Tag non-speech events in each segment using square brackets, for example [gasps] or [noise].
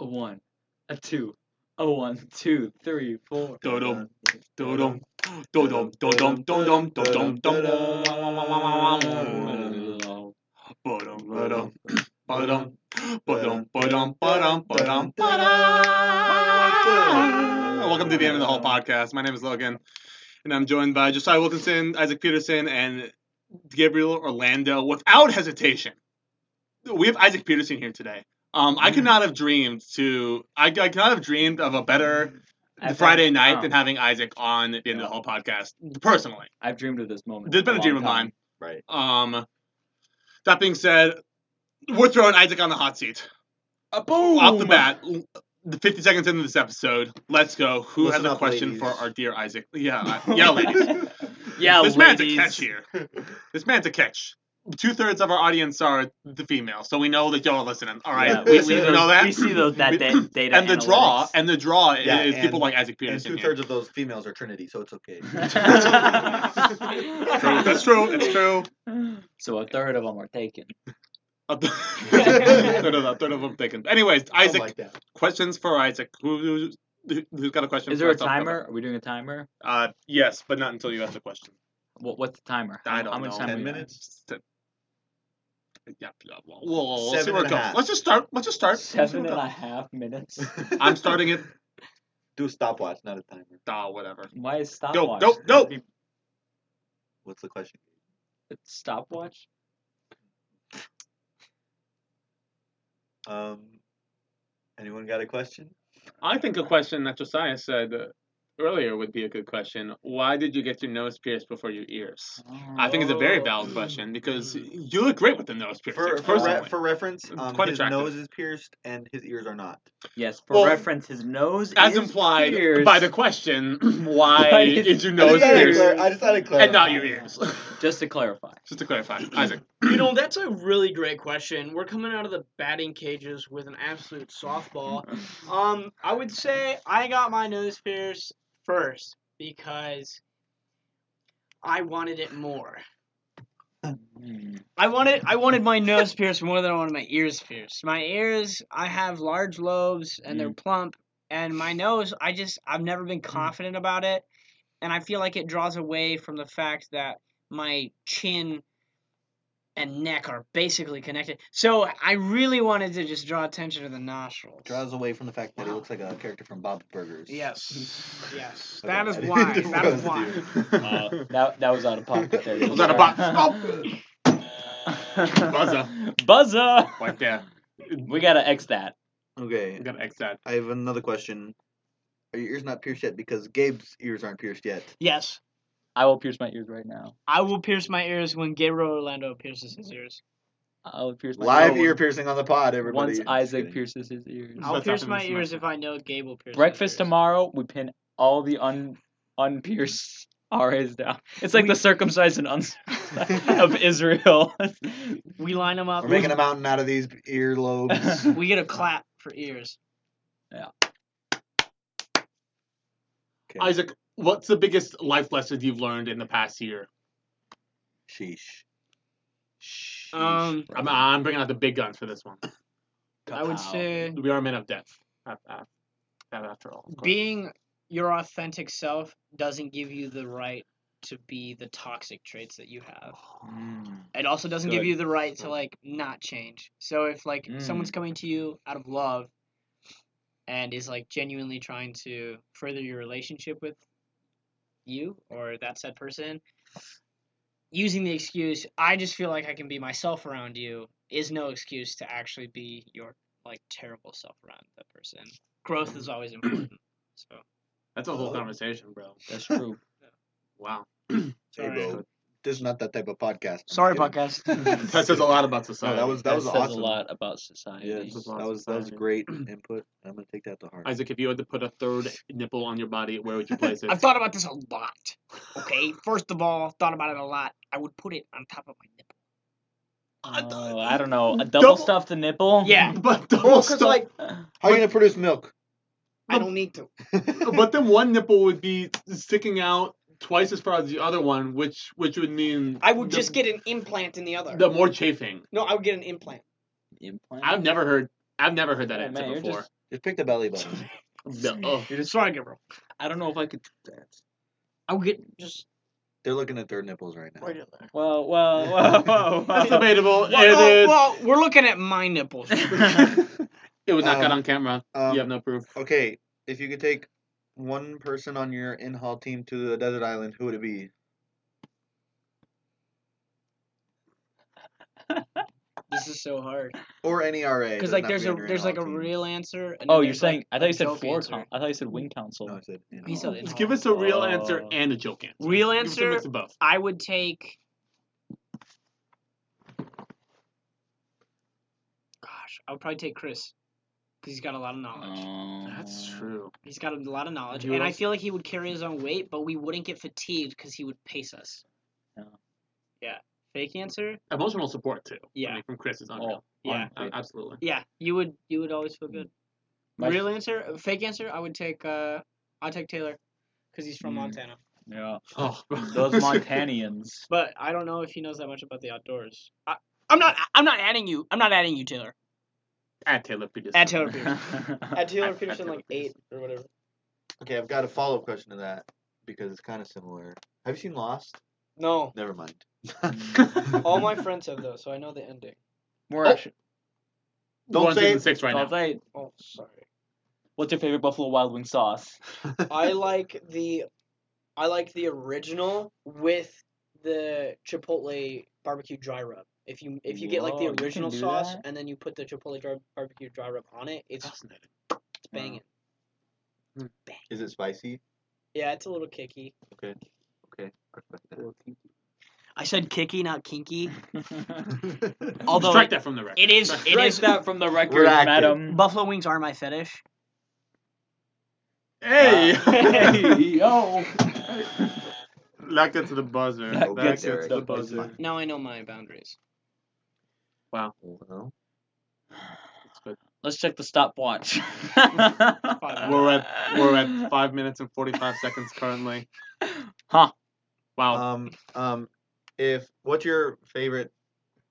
a one, a two, a one, two, three, four. Dodum, dodum, dodum, dodum, dodum, dodum, dodum. Ba-dum, ba-dum, ba-dum, ba-dum, ba-dum, ba-dum, ba-dum, ba-dum. Welcome to the End of the Hall podcast. My name is Logan, and I'm joined by Josiah Wilkinson, Isaac Peterson, and Gabriel Orlando without hesitation. We have Isaac Peterson here today. Um, I could Mm. not have dreamed to. I, I could not have dreamed of a better I've- Friday night oh, than having Isaac on the end of the whole podcast. Personally, I've dreamed of this moment. there's for been a long dream of time. mine. Right. Um, that being said, we're throwing Isaac on the hot seat A boom off the bat. l- The 50 seconds into this episode, let's go. Who Listen has a up, question ladies. for our dear Isaac? Yeah, [laughs] I- yeah, ladies. Yeah, ladies. this man's a catch here. This man's a catch. Two thirds of our audience are the female, so we know that y'all are listening. All right, Yeah, we, we, you those, know that. we see those that [laughs] da- data and the draw, analytics. and the draw Yeah, is people and- like Isaac And Peterson. two here. thirds of those females are Trinity, so it's [laughs] okay. True, That's true. It's true. [laughs] [laughs] So a third of them are taken. A th- third, of them, third of them taken. Anyways, I Isaac, like that. questions for Isaac. Who, who, who's got a question? Is for there a myself? timer? Are we doing a timer? Uh, yes, but not until you ask the question. What, what's the timer? I How- don't How much know. time Ten we got? minutes? Ten- Yeah, yeah, well, well, well, let's see Seven where it and a goes. half. Let's just start. Let's just start. Seven and a half minutes. [laughs] I'm starting it. [laughs] Do a stopwatch, not a timer. Oh, whatever. Why is Go, stopwatch? go, go. What's the question? It's Stopwatch? Um, anyone got a question? I think a question that Josiah said uh, earlier would be a good question. Why did you get your nose pierced before your ears? I think it's a very valid question because you look great with the nose piercing. Oh. For for, personally. re- for reference, um, Quite his attractive. nose is pierced and his ears are not. Yes, for Well, reference, his nose as is implied pierced. by the question, [clears throat] why, Why is- is your I nose just had to pierced clar- I just had to clarify. and not your ears? [laughs] Just to [laughs] clarify. Just to clarify, Isaac. You know, that's a really great question. We're coming out of the batting cages with an absolute Uh, softball. Um, I would say I got my nose pierced first because I wanted it more. I wanted I wanted my nose pierced more than I wanted my ears pierced. My ears, I have large lobes and Mm. they're plump, and my nose, I just I've never been confident about it, and I feel like it draws away from the fact that my chin and neck are basically connected. So I really wanted to just draw attention to the nostrils. Draws away from the fact that it looks like a character from Bob's Burgers. Yes. Yes. Okay, That [laughs] is I didn't [laughs] why. just That is roast why. you. [laughs] Uh, That, that was out of pocket there. It was out of pocket. [laughs] Buzzer. Buzzer. Right there. We got to X that. Uh, okay. I'm gonna X that. I have another question. Are your ears not pierced yet? Because Gabe's ears aren't pierced yet. Yes. I will pierce my ears right now. I will pierce my ears when Gabriel Orlando pierces his ears. I will pierce my Live Oh, ears ear piercing on the pod, everybody. once Just Isaac kidding. pierces his ears. I'll I'll That's pierce pierce happened my my this ears ears semester. if I know Gabe will pierce. Breakfast tomorrow, we pin all the un unpierced [laughs] RAs down. It's like the circumcised and uncircumcised [laughs] of Israel. We line them up. We're making a mountain out of these earlobes. [laughs] We get a clap for ears. Okay. Isaac, what's the biggest life lesson you've learned in the past year? Sheesh. Sheesh. Um, I'm, I'm bringing out the big guns for this one. I would say We are men of death. af- af- That after all. of course. being your authentic self doesn't give you the right to be the toxic traits that you have. Hmm. It also doesn't give Good. Mm. you the right to like not change. So if like someone's coming to you out of love and is like genuinely trying to further your relationship with you or that said person, using the excuse "I just feel like I can be myself around you" is no excuse to actually be your like terrible self around that person. Growth is always important. So That's a whole conversation, bro. That's true. Wow. Hey, sorry. bro. This is not that type of podcast. I'm Sorry, kidding. [laughs] podcast. That says a lot about society. that was- that was says awesome. a lot about society. Yeah, This is that was that was awesome. [clears throat] great input. I'm gonna take that to heart. Isaac, if you had to put a third nipple on your body, where would you place it? I've thought about this a lot. Okay, first of all, thought about it a lot. I would put it on top of my nipple. Oh, I don't know. A double, Double- stuffed a nipple? Uh, [laughs] Yeah, But the Well, whole 'cause, stuff. like, How are you gonna produce milk? I don't need to. but then one nipple would be sticking out twice as far as the other one, which which would mean I would the- just get an implant in the other. the more chafing. No, I would get an implant. Implant? I've never heard I've never heard that Oh, answer man, you're before. just- Just pick the belly button. No, oh, You're just sorry, Gabriel. I don't know if I could do that. I'll get just They're looking at their nipples right now. right in there. Whoa, whoa, whoa, [laughs] whoa, That's whoa. debatable. Well, It oh, is- well, we're looking at my [laughs] nipples. It was not got Um, on camera. um, you have no proof. Okay, if you could take one person on your in-hall team to the desert island, who would it be? this is so hard Or any RA? because does like not there's be a on your there's like a in-hall team. real answer. and oh, you're then there's, like, saying? I thought you said joke four. answer. Con- I thought you said wing council. No, I said He said in-hall. in- Just give us a real answer Oh. and a joke answer. real Give us a answer. mix of both. I would take. Gosh, I would probably take Chris because he's got a lot of knowledge. That's Oh. true. He's got a lot of knowledge, Who and I else? feel like he would carry his own weight, but we wouldn't get fatigued because he would pace us. Yeah. Yeah. Fake answer. Emotional support too. Yeah. I mean, from Chris is Oh, unreal. Yeah. A- Absolutely. Yeah. You would. You would always feel good. my- Real answer. uh, Fake answer. I would take. Uh, I'd take Taylor, because he's from Mm. Montana. [laughs] Yeah. Oh, bro. Those Montanians. But I don't know if he knows that much about the outdoors. I, I'm not. I'm not adding you. I'm not adding you, Taylor. [laughs] At Taylor Peterson. At Taylor Peterson. [laughs] That's At Taylor At- at Peterson, Taylor like eight or whatever. Okay, I've got a follow-up question to that because it's kind of similar. Have you seen Lost? No, Never mind. [laughs] all my friends have those, so I know the ending. More Oh, action. Don't One, say six, it. and six right I'll now. say, Oh, sorry. what's your favorite Buffalo Wild Wing sauce? [laughs] I like the, I like the original with the chipotle barbecue dry rub. If you if you get like Whoa, you the can original do sauce that? and then you put the chipotle dry, barbecue dry rub on it, it's Fascinating. banging. Is it spicy? Yeah, it's a little kicky. Okay. [laughs] Okay. I respect I said kicky, not [laughs] kinky. that. Although Strike that from the record. it is- Strike- it strike is- that from the record. We're active. Madam. Buffalo wings are my fetish. [laughs] Hey. hey, [laughs] [laughs] yo. That gets to the buzzer. That gets to to the the buzzer. buzzer. Now I know my boundaries. Well, Let's check [laughs] the stopwatch. We're at we're at five minutes and forty five seconds currently. Huh. Wow. um, um, if what's your favorite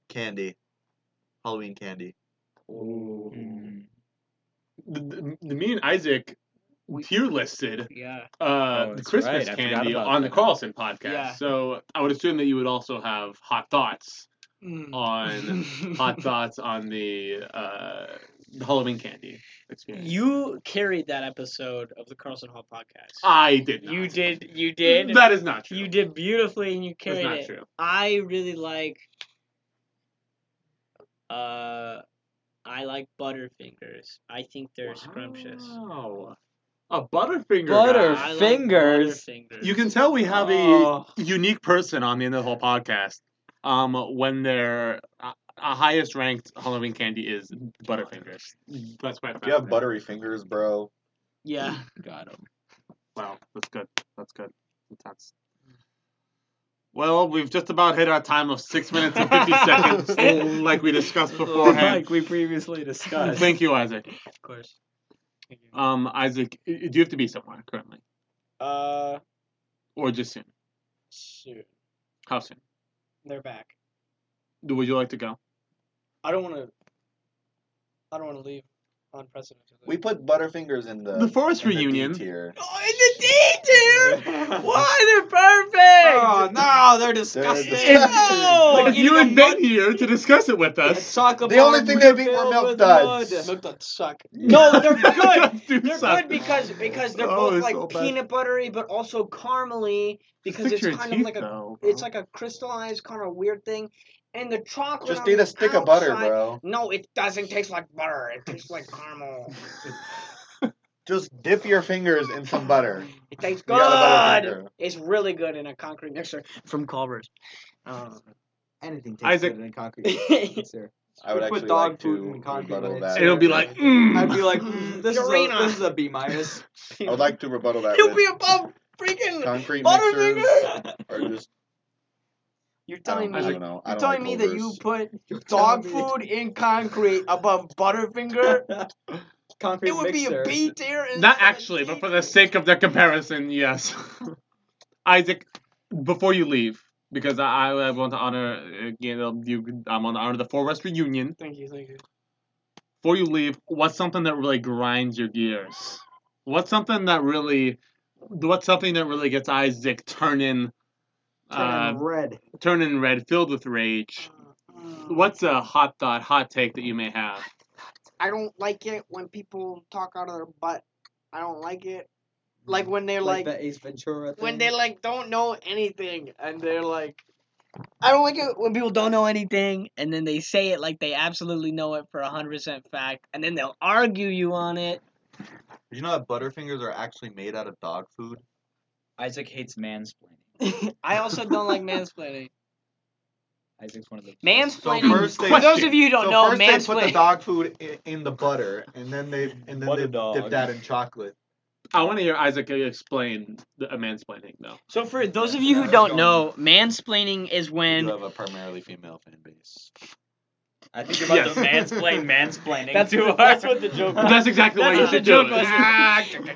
candy? Halloween candy. Mm. The, the, the me and Isaac [laughs] We- tier listed Yeah. uh, Oh, the that's Christmas right. I forgot candy about on the that. Carlson podcast. Yeah. So I would assume that you would also have hot thoughts Mm. [laughs] on Oh, hot thoughts on the uh, Halloween candy experience. You carried that episode of the Carlson Hall podcast. I did. Not. you did. You did. That is not true. you did beautifully, and you That's carried not it. true. I really like. Uh, I like Butterfingers. I think they're scrumptious. Wow. A butterfinger. Butter- guy. I like Fingers. Butterfingers. You can tell we have Oh. a unique person on the end of the whole podcast. Um, when their uh, uh, highest ranked Halloween candy is Butterfingers. That's my. You have buttery fingers, bro. Yeah. Got him. Wow, that's good. That's good. Intense. Well, we've just about hit our time of six minutes and [laughs] fifty seconds, like we discussed Oh beforehand. Like we previously discussed. Thank you, Isaac. Of course. Thank you. Um, Isaac, i- do you have to be somewhere currently, Uh, or just soon? shoot, How soon? they're back. Do- Would you like to go? I don't want to. I don't want to leave on precedent. We put Butterfingers in the The forest in D reunion. tier. Oh, in the D [laughs] tier. Why they're perfect? Oh, no, they're disgusting. No, Like if you had been here to discuss it with A us. chocolate The only bar thing they beat were filled milk with duds. wood. Milk duds suck. [laughs] No, they're good. Do They're suck. good because because they're Oh, both it's like so bad. peanut buttery, but also caramely because Fix it's your kind teeth, of like a though, bro. it's like a crystallized kind of weird thing, and the chocolate. Just on eat the a stick of butter, outside- bro. No, it doesn't taste like butter. It tastes like caramel. Just dip your fingers in some butter. It tastes You got a good. Butterfinger. It's really good in a concrete mixer [laughs] from Culver's. Um, Anything tastes Isaac- good in concrete. It's there. I would Put actually dog like food to in concrete rebuttal and that. It'll be like. [laughs] Mm. I'd be like, mm, this, is a, Purina. this is a B minus. I would like to rebuttal that [laughs] You'll be with above freaking concrete mixers Butterfinger. or just You're I don't, telling I me, don't know. I you're don't telling like me that you Culver's. put You're dog food in concrete above Butterfinger? It Concrete would be mixer. a B tier. instead Not of actually, C but for the sake of the comparison, yes. [laughs] Isaac, before you leave, because I, I um, want to honor uh, you, know, you. I'm on honor the Forest reunion. Thank you, thank you. before you leave, what's something that really grinds your gears? What's something that really, what's something that really gets Isaac turning, uh, Turning red. turning red, filled with rage? uh, What's a hot thought, hot take that you may have? I don't like it when people talk out of their butt. I don't like it. Like when they're like, the Ace Ventura thing. when they like don't know anything and they're like, I don't like it. when people don't know anything and then they say it like they absolutely know it for a hundred percent fact, and then they'll argue you on it. Did you know that Butterfingers are actually made out of dog food? Isaac hates mansplaining. I also don't like [laughs] mansplaining. Isaac's one of the So Mansplaining. first they for those of you who don't so know, first they put the mansplaining. dog food in, in the butter, and then they and then Butter they dog. dip that in chocolate. I want to hear Isaac explain the, a mansplaining though. So for those of you who Yeah, don't go know, mansplaining is We do when [laughs] have a primarily female fan base. I think you're about [laughs] to Yes. mansplain mansplaining. That's- too hard. that's what the [laughs] joke was. [laughs] That's exactly That's what what you the should do. joke was.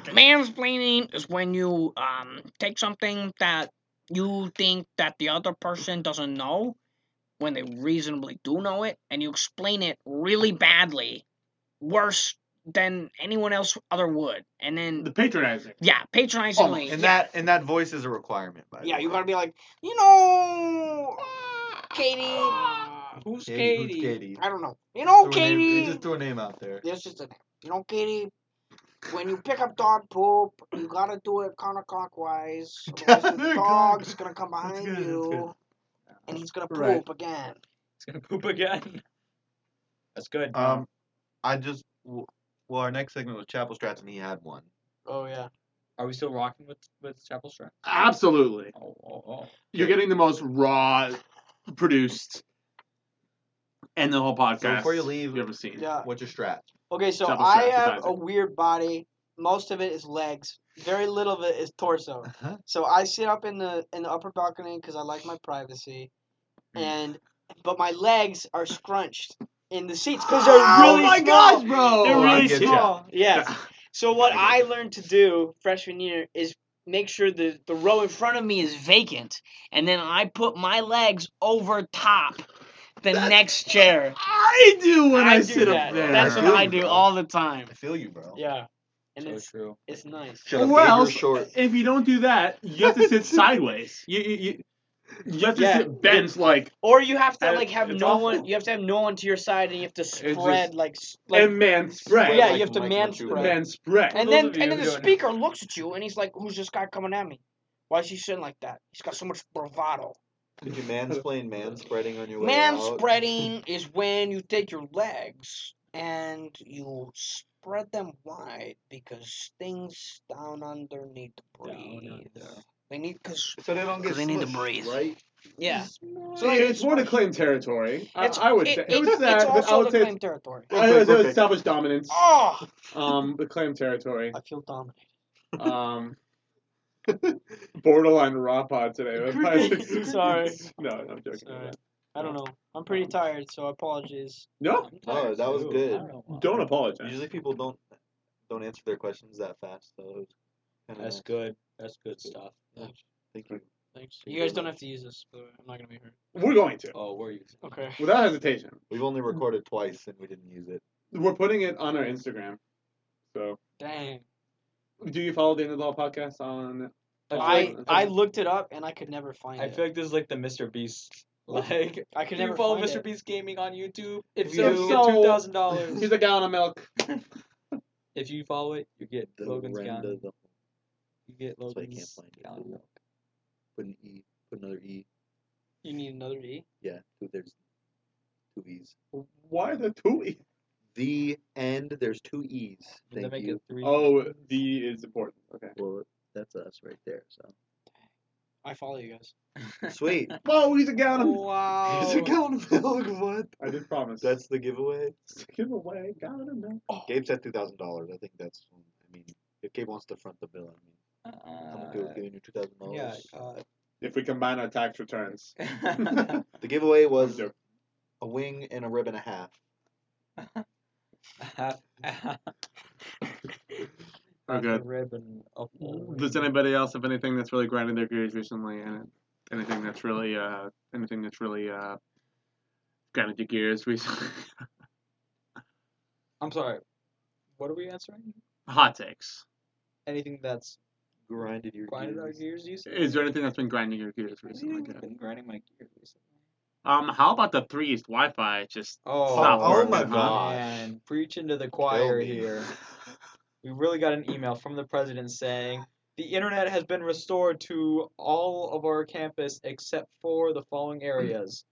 it. Ah, mansplaining is when you um take something that you think that the other person doesn't know when they reasonably do know it and you explain it really badly worse than anyone else other would and then the patronizing. yeah patronizingly and yeah. that and that voice is a requirement. By the Oh, Yeah, way. you gotta be like, you know, Katie. Ah. I who's Katie, who's Katie? don't know. You know, Threw a name- Katie. you just threw a name out there. There's just a name. You know, Katie, when you pick up dog poop, you gotta do it [laughs] counterclockwise. Otherwise, Good. the dog's gonna come That's behind good, that's you, and he's gonna poop Right. again. [laughs] It's gonna poop again. That's good. Um, I just w- well, our next segment was Chapel Strats, and he had one. Oh yeah. Are we still rocking with with Chapel Strap? Absolutely. Oh, oh, oh. You're getting the most raw produced and the whole podcast. So before you leave- you ever seen. Yeah. What's your strat? Okay, so Double I strap, have a Isaac. weird body. Most of it is legs. Very little of it is torso. Uh-huh. [gasps] So I sit up in the in the upper balcony because I like my privacy, Mm. and but my legs are scrunched in the seats because they're [gasps] really oh my small. gosh, bro! They're Oh, I really get ya. small. Yes. So what I I learned to do freshman year is make sure the the row in front of me is vacant and then i put my legs over top the next chair I do when I, do sit that. up there. that's what Good, i do bro. all the time I feel you, bro. yeah, and So it's true. it's nice. Should have Or made yours else, short. if you don't do that, you have to sit sideways. You you, you, you have to Yeah. sit bent like Or you have to And like have it's no awful. one. You have to have no one to your side, and you have to just- spread like s- like. and man spread. Yeah, Like you have to Mike man would do spread. that. man spread. And those then of you and then the who don't- speaker looks at you and he's like, "Who's this guy coming at me? Why is he sitting like that? He's got so much bravado." Did you mansplain man spreading on your way Man out? spreading is when you take your legs and you spread them wide because things down underneath breathe. under. They need because So they don't get 'Cause they need to smushed, breathe. right? yeah. So like, it's more to claim territory. I, It's- I would say it- it, was it's- that, it's but I also would the say claim territory. I would say it was Perfect. established dominance. Oh, Um, the claim territory. I feel dominated. Um, [laughs] borderline raw pod today. but [laughs] my- Sorry. No, no, I'm joking. Sorry. I don't know. I'm pretty tired, so apologies. No, No, that was good. don't apologize. Usually people don't don't answer their questions that fast, so it was kinda That's nice. good. That's good stuff. Thank you. Thanks. You guys don't have to use this. By the way. I'm not gonna be hurt. We're going to, Oh, were you? Okay. without hesitation. We've only recorded twice and we didn't use it. We're putting it on our Instagram. So, Dang. do you follow the End of the Law podcast on? I Absolutely. I looked it up and I could never find I it. feel like this is like the Mr. Beast. [laughs] Like, I do could never you follow find Mr. it. Beast Gaming on YouTube? If If so, you you get so- two thousand [laughs] dollars. He's a gallon of milk. If you follow it, you get The Logan's Renda, gallon. the- You get why I can't Logan's find it. gallon. of milk. put an E, put another E. You need another E. Yeah, two, there's two E's. Why the two? The end, there's two E's. Does that Thank make you. it three? Oh, the is important. Okay. Well, that's us right there. [laughs] So I follow you [laughs] guys. sweet. Whoa, Oh, he's a Oh. gallon. Of... [laughs] [laughs] Wow. Here's a gallon of milk. What? I did promise. Oh. That's the giveaway. give away gallon of milk. Gabe's at two thousand dollars. I think that's. I mean, if Gabe wants to front the bill, I mean, [laughs] I'm okay with Uh, giving you two thousand yeah. dollars. If we combine our tax returns. uh, The giveaway was joking. a wing and a rib and a half. half, [laughs] half Oh, a good. rib and a whole Does wing. anybody else have anything that's really grinded their gears recently? And anything that's really, uh, anything that's really, uh, grinded your gears recently? I'm sorry. What are we answering? [laughs] Hot takes. Anything that's Grinded your grinded our gears. gears? You said? Is there anything that's been grinding your gears recently? Anything's been grinding my gears recently. Um, how about the three East Wi-Fi? Just Oh, Stop oh working, my huh? god. Man, preaching to the choir [laughs] me. here. We really got an email from the president saying the internet has been restored to all of our campus except for the following areas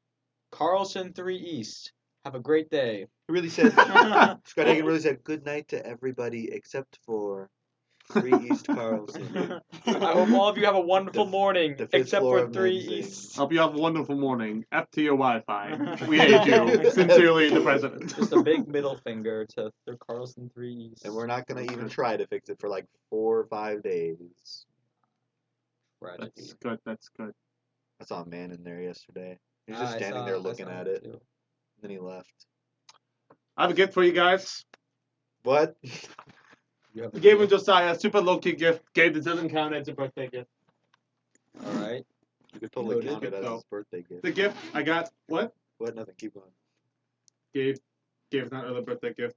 Carlson 3 East. Have a great [laughs] day. He really said. Scott Hagen really said good night to everybody except for three East Carlson. I hope all of you have a wonderful The- morning the fifth except floor for of 3 Men's Inc. East. hope you have a wonderful morning. F to your Wi-Fi. We hate you. Sincerely, the president. Just a [laughs] big middle finger to the Carlson 3 East. And we're not gonna even try to fix it for like four or five days. Tragedy. That's good. That's good. I saw a man in there yesterday. He was I just Ah, standing saw- there I looking saw at that it. too. Then he left. I have a gift for you guys. What? [laughs] You have a Gave him deal. Josiah a super low key gift. Gabe, this doesn't count as a birthday gift. All right. [laughs] You could totally Noted. count it as So- his birthday gift. The gift I got. What? What? Nothing. Keep going. Gabe. Gabe's not really a birthday gift.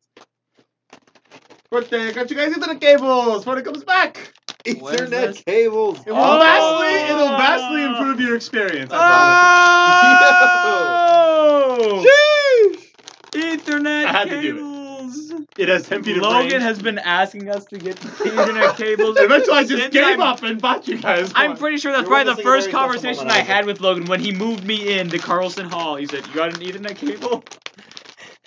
Birthday! I got you guys Internet cables when it comes back. What is Ethernet this? cables. It will Oh! vastly, it'll vastly improve your experience. I [laughs] Oh! Ethernet I had to do it. cables. promise. It has 10 feet of Logan range. has been asking us to get [laughs] Ethernet cables. Eventually, I just since gave I'm- up and bought you guys. I'm one. pretty sure that's You're probably the witnessing a first very special conversation moment, I Isaac. had with Logan when he moved me in to Carlson Hall. He said, "You got an Ethernet [laughs] cable?"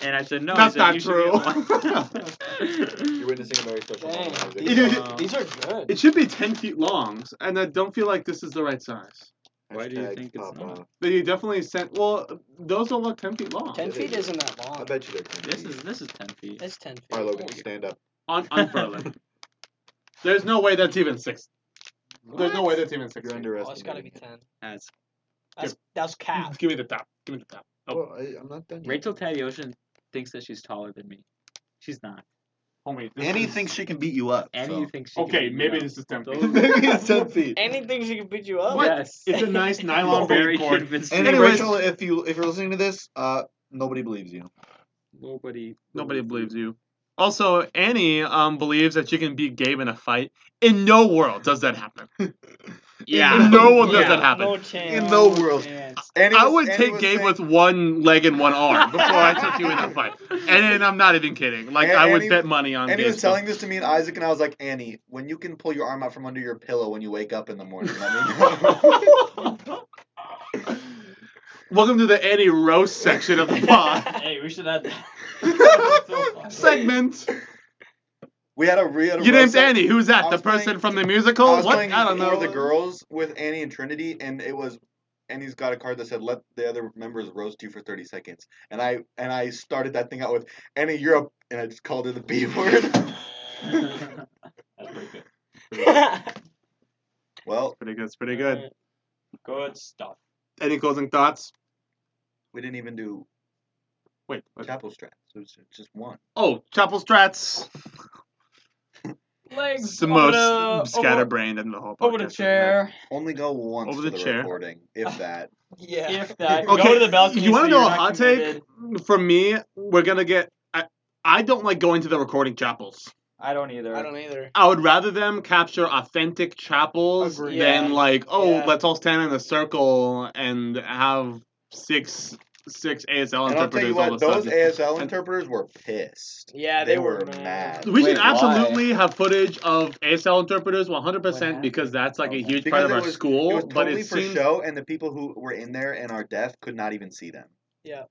And I said, "No." He That's said, not "You [laughs] should get You're one." witnessing a very special Dang. [laughs] moment. Isaac. These, Dude. Um, are, these are good. It should be 10 feet long, and I don't feel like this is the right size. Why do you Hashtag think it's Papa. not? But you definitely sent. Well, those don't look 10 feet long. Ten it feet is. isn't that long. I bet you they're ten this feet. is this is ten feet. It's ten feet. All right, Logan, stand up. On, [laughs] unfurl it. There's no way that's even six. There's no way that's even six. You're feet. Oh, it's underestimating. gotta be it. ten. That's That's that's [laughs] cap. Give me the top. Give me the top. Oh, Well, I, I'm not done yet. Rachel Tadioshin thinks that she's taller than me. She's not. homie. this Annie is- thinks she can beat you up. Annie thinks she can Okay, be maybe young. this is 10 Those- feet. [laughs] [laughs] Maybe it's ten feet. Anything she can beat you [laughs] up. What? Yes. It's a [laughs] nice nylon very braid cord. convincing. And Anyways- Rachel, if you if you're listening to this, uh, nobody believes you. Nobody. Nobody believes you. Also, Annie um, believes that she can beat Gabe in a fight. In no world does that happen. Yeah. In no world does Yeah. that happen. No chance. In no [laughs] [laughs] world. chance. Annie I was- would Annie take was Gabe saying- with one leg and one [laughs] arm before I took you in a fight. And, then I'm not even kidding. Like And- I would and he- bet money on. And he Gabe was telling this to me and Isaac, and I was like, Annie, when you can pull your arm out from under your pillow when you wake up in the morning, let me know. Welcome to the Annie roast section of the [laughs] pod Hey, we should add that. segment. we had a real. Your name's Annie. Who's that? The I was playing- person from the I musical? was What? playing I don't know. For the girls with Annie and Trinity, and it was. And he's got a card that said, "Let the other members roast you for thirty seconds." And I and I started that thing out with Annie, you're a, and I just called her the B word. [laughs] That's pretty good. well, Pretty good. It's pretty good. Good stuff. Any closing thoughts? we didn't even do Wait. what- chapel straps. It was just one. Oh, Chapel Strats. Legs It's the over most the- scatterbrained in the whole podcast. Over, over the right chair. Only go once Over the for the chair. recording, [laughs] if that. Yeah. If that, Okay, go to the balcony. you want to know a hot take? From me, we're gonna get. I, I don't like going to the recording chapels. I don't either. I don't either. I would rather them capture authentic chapels Agreed. than Yeah. like, oh, Yeah. let's all stand in a circle and have six six ASL And I'll tell you interpreters all what, of a those sudden. ASL And- interpreters were pissed. Yeah, They were [laughs] mad. we should Wait, why? absolutely have footage of ASL interpreters 100% happened? because that's like a Okay. huge Because part of it our was- school. it was Oh, but totally it for seems show, and the people who were in there and are deaf could not even see them. Yeah.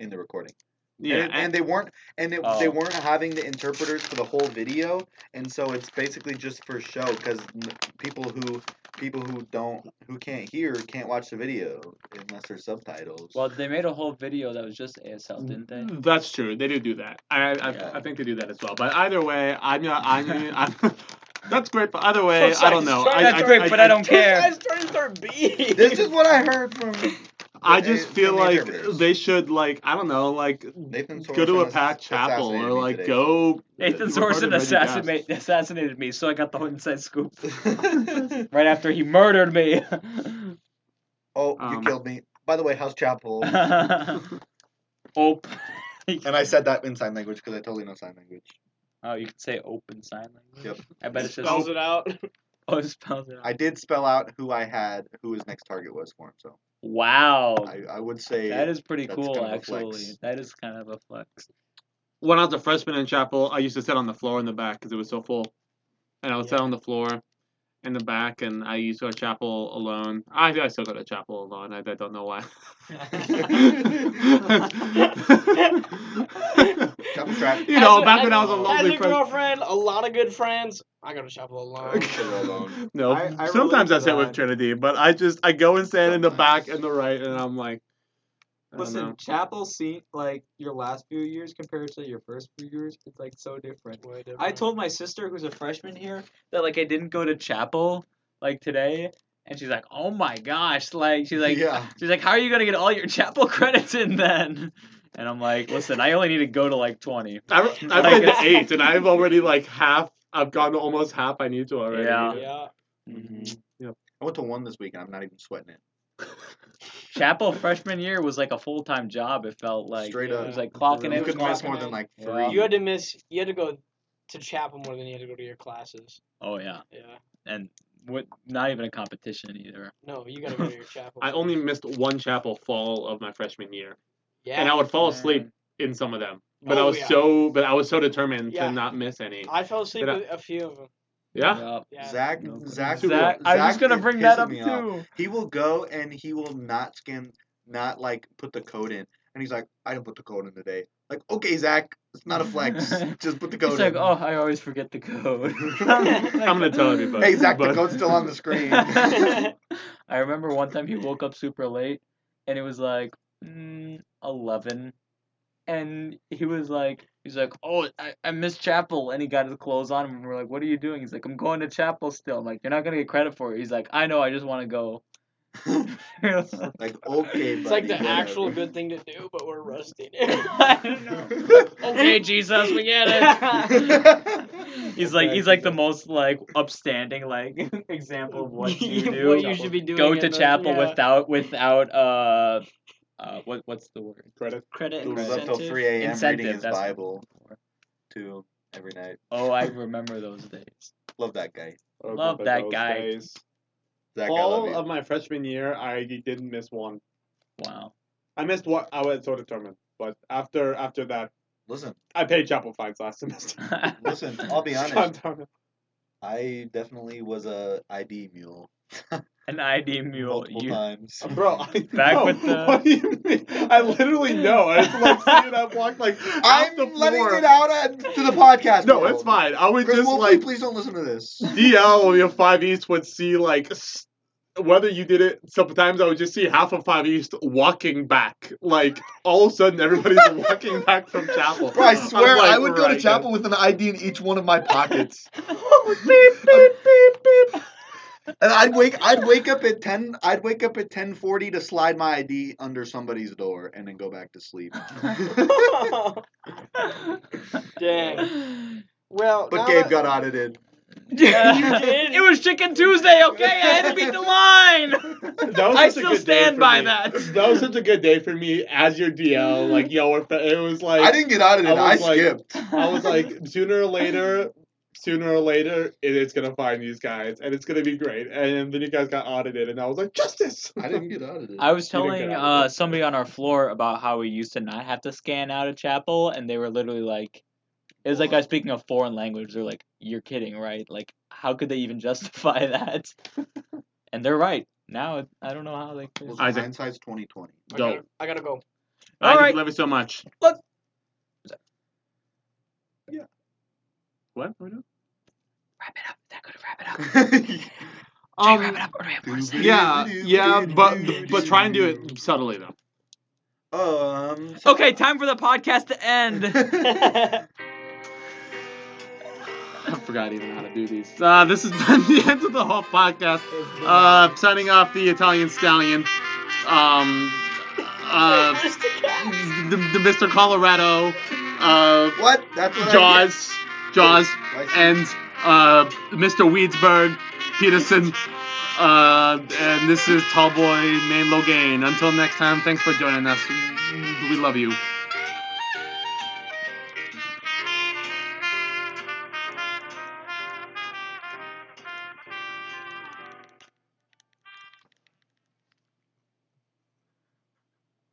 In the recording. yeah, And, and they weren't, and it, they Oh. weren't having the interpreters for the whole video, and so it's basically just for show because people who people who don't who can't hear can't watch the video unless there's subtitles. Well, they made a whole video that was just Mm. ASL, didn't they? That's true. They do do that. I I, Yeah. I think they do that as well. But either way, I'm not. I'm. [laughs] I'm that's great. But either way, I don't know. I, That's I, great, I, but I don't care. Guys, turn start B. this is what I heard from. I just from feel the like interpreters. they should like I don't know like Nathan go to Sorensen a ass- packed chapel assassinated or me like today. go. Nathan You were part of Sorensen Reggie assassinate, assassinated me, so I got the whole inside scoop [laughs] [laughs] oh, right after he murdered me. [laughs] you Um, Oh, Um, killed me. By the way, how's Chapel? Ope. like, [laughs] And I said that in sign language because I totally know sign language. oh, you could say open sign language. Yep. I bet it says Spells it out. [laughs] oh, it spells it out. I did spell out who I had, who his next target was for him. So wow, I, I would say Oh. that is pretty that's cool. kind of a Actually, flex. that is kind of a [laughs] flex. when I was a freshman in chapel, I used to sit on the floor in the back because it was so full, and I would sit on the floor in the back, and I used to go to chapel alone. I I still go to chapel alone. I, I don't know why. Chapel [laughs] trap. You know, As a- back when I was a as- lonely As a person. girlfriend, a lot of good friends. I gotta shovel [laughs] alone. alone. No, I- I sometimes relate I to sit with that. Trinity, but I just I go and stand in the Sometimes. back and the right, and I'm like, I don't Listen, know. chapel seat like your last few years compared to your first few years, it's like so different. I told my sister who's a freshman here That like I didn't go to chapel like today, and she's like, oh my gosh, like she's like, yeah. She's like, "How are you gonna get all your [laughs] chapel credits in then?" And I'm like, "Listen, I only need to go to like 20." I, I've Like been to it's- eight, and I've already like half. I've gone to almost half I need to already. Yeah. Yeah. Mm-hmm. Yep. I went to one this week and I'm not even sweating it. Chapel freshman year was like a full time job. It felt like Straight it up. was like clocking you in, couldn't clocking miss more out. than like Yeah. three. You You had to miss. You had to go to chapel more than you had to go to your classes. Oh yeah, Yeah. and what? Not even a competition either. No, you gotta go to your chapel. [laughs] I only missed one chapel fall of my freshman year, Yeah. and I would fall asleep Mm. in some of them. But I Oh, was yeah. so, but I was so determined Yeah. to not miss any. I fell asleep Did I- with a few of them. Yeah, Yeah. Zach, No Zach, clue. will- Zach, will- I was Zach gonna is bring that pissing up me off. too. He will go and he will not scan, not like put the code in. And he's like, I didn't put the code in today. Like, okay, Zach, it's not [laughs] a flex. Just put the code He's in. like, "Oh, I always forget the code." [laughs] I'm gonna tell everybody. [laughs] Hey Zach, but- the code's still on [laughs] the screen. I remember one time he woke up super late and it was like mm, 11 and he was like he's like oh I, I missed chapel and he got his clothes on and we're like what are you doing he's like I'm going to chapel still I'm like you're not gonna get credit for it he's like I know I just want to go [laughs] like, okay, It's like the buddy, actual [laughs] whatever. good thing to do, but we're rusting [laughs] I it. don't [laughs] know okay, Jesus, we get it. [laughs] he's like he's like the Exactly. most like upstanding like [laughs] example of what [laughs] you do what you should be doing. go in to the- chapel yeah. without without uh uh what what's the word Credit. credit Who and was up [laughs] till incentive. 3 a.m. reading incentive his that's what I'm Bible looking for. too every night. oh i remember those days Love that guy. Love that guy. Zach, I love Fall you. of my freshman year, I didn't miss one. wow [laughs] I missed what I was so determined. But after after that, listen, I paid chapel fines last [laughs] semester. listen. [laughs] I'll be honest. Sometimes. I definitely was a ID mule. an id mule [laughs] multiple you times. Bro, [laughs] I Back know. [laughs] with the- What do you mean? I literally know. I just like seeing I've walked like half [laughs] I'm the letting floor. it out at, to the podcast. No, world. it's fine. I would Chris just Wolfley, like please don't listen to [laughs] this. DL or your Five East would see like s- whether you did it. Sometimes I would just see half of Five East walking back. Like all of a [laughs] sudden, everybody's walking back from chapel. Bro, I I'm swear like, I would go right, to chapel with an ID in each one of my pockets, Oh, and I'd wake I'd wake up at ten I'd wake up at ten forty to slide my ID under somebody's door and then go back [laughs] to sleep. [laughs] Dang. Well, But now Gabe that- got audited. You did. it was chicken tuesday okay i had to beat the line That was i such a still good day stand for by me. that Mm-hmm. That was such a good day for me as your DL. Like yo, we're fa- it was like I didn't get audited. I I, was like- skipped. I was like, sooner or later, sooner or later, it is gonna find these guys, and it's gonna be great. And then you guys got audited, and I was like, justice. I didn't [laughs] get audited. I was You didn't get telling out of uh, it. somebody on our floor about how we used to not have to scan out a chapel, and they were literally like, it was like I was speaking a foreign language. They're like, you're kidding, right? Like, how could they even [laughs] justify that? and they're right. Now, I don't know how they could. Listen, Isaac. hindsight's [laughs] twenty twenty. I gotta, I gotta go. All right. love you so much. Look- Yeah. What? What? Wrap it up. That could wrap it up. Jay, wrap Um. it up. Or do we have more snacks? [laughs] Yeah, yeah, but but try and do it subtly though. Um. so- Okay, time for the podcast to end. I forgot even how to do these. Uh, this has [laughs] been the end of the whole podcast. Uh, signing off the Italian Stallion. Um, uh, [laughs] the, the Mr. Colorado. Uh, [laughs] what? That's what I did. Jaws. Jaws. I see. And uh, Mr. Weedsburg. Peterson. Uh, and this is Tallboy named Logain. Until next time, thanks for joining us. We love you.